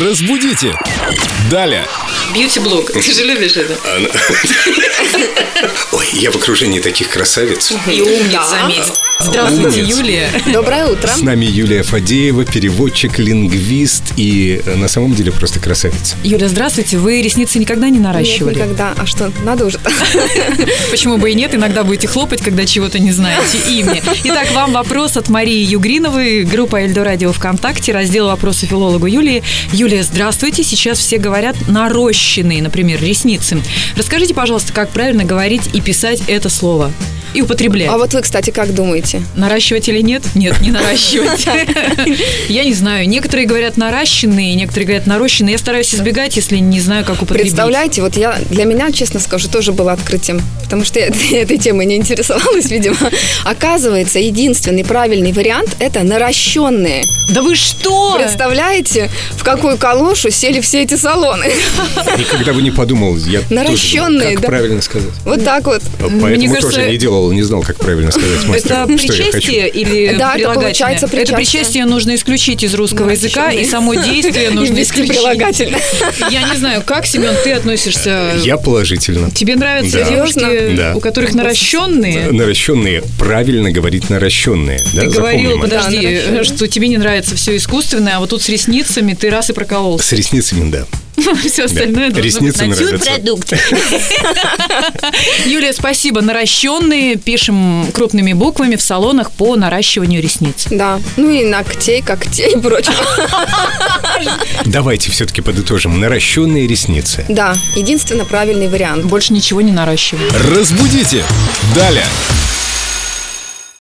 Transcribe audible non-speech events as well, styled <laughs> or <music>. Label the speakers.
Speaker 1: Разбудите! Далее!
Speaker 2: Бьюти-блог. Ты же любишь это.
Speaker 3: Она- Ой, я в окружении таких красавиц.
Speaker 2: И умница,
Speaker 4: Да.
Speaker 2: заметь.
Speaker 4: Здравствуйте,
Speaker 3: Умница.
Speaker 4: Юлия.
Speaker 5: Доброе утро.
Speaker 3: С нами Юлия Фадеева, переводчик, лингвист и э, на самом деле просто
Speaker 4: <laughs>
Speaker 3: красавица.
Speaker 4: Юля, здравствуйте. Вы ресницы никогда не
Speaker 5: Нет,
Speaker 4: наращивали?
Speaker 5: никогда. А что, надо уже?
Speaker 4: Почему бы и нет? Иногда будете хлопать, когда чего-то не знаете. И мне. Итак, вам вопрос от Марии Югриновой, группа Эльдо Радио ВКонтакте, раздел вопросы филологу Юлии. Юлия, здравствуйте. Сейчас все говорят нарощенные, например, ресницы. Расскажите, пожалуйста, как правильно говорить и писать это слово? И употреблять.
Speaker 5: А вот вы, кстати, как думаете?
Speaker 4: Наращивать или нет? Нет, не
Speaker 5: <laughs>
Speaker 4: наращивать. Я не знаю. Некоторые говорят наращенные, некоторые говорят нарощенные. Я стараюсь избегать, если не знаю, как употребить.
Speaker 5: Представляете, вот я для меня, честно скажу, тоже было открытием, потому что я <laughs> этой- этой темой не интересовалась, видимо. Оказывается, единственный правильный вариант – это наращенные.
Speaker 4: Да вы что?
Speaker 5: Представляете, в какую калошу сели все эти салоны?
Speaker 3: Никогда бы не подумал, я тоже думал,
Speaker 5: Наращенные,
Speaker 3: как
Speaker 5: да.
Speaker 3: правильно сказать.
Speaker 5: Вот так вот.
Speaker 3: Поэтому
Speaker 4: кажется,
Speaker 3: тоже не делал, не знал, как правильно сказать
Speaker 4: Это
Speaker 3: мастеру, что я хочу.
Speaker 4: причастие или
Speaker 5: Да, это
Speaker 4: прилагательное?
Speaker 5: получается
Speaker 4: Это
Speaker 5: причастие.
Speaker 4: причастие нужно исключить из русского языка, и
Speaker 5: Наращенные. <laughs>
Speaker 4: само действие
Speaker 5: И
Speaker 4: нужно
Speaker 5: ввести
Speaker 4: исключить.
Speaker 5: прилагательное.
Speaker 4: Я не знаю, как, Семен, ты относишься?
Speaker 3: Я положительно.
Speaker 4: Тебе нравятся
Speaker 3: Да.
Speaker 4: девушки,
Speaker 3: Да.
Speaker 4: у которых наращенные?
Speaker 3: Наращенные, правильно говорить наращенные.
Speaker 4: Ты
Speaker 3: да,
Speaker 4: говорила,
Speaker 3: запомним это.
Speaker 5: Да,
Speaker 4: подожди,
Speaker 5: наращенные.
Speaker 4: что тебе не нравится все искусственное, а вот тут с ресницами ты раз и прокололся.
Speaker 3: С ресницами, да.
Speaker 4: <laughs> Все остальное
Speaker 3: Да.
Speaker 4: должно быть
Speaker 3: Ресницы нравятся.
Speaker 4: Юлия, спасибо. Наращенные пишем крупными буквами в салонах по наращиванию ресниц.
Speaker 5: Да. Ну и ногтей, когтей и прочего.
Speaker 3: Давайте все-таки подытожим. Наращенные ресницы.
Speaker 5: Да, единственно правильный вариант.
Speaker 4: Больше ничего не наращиваем.
Speaker 1: Разбудите! Далее!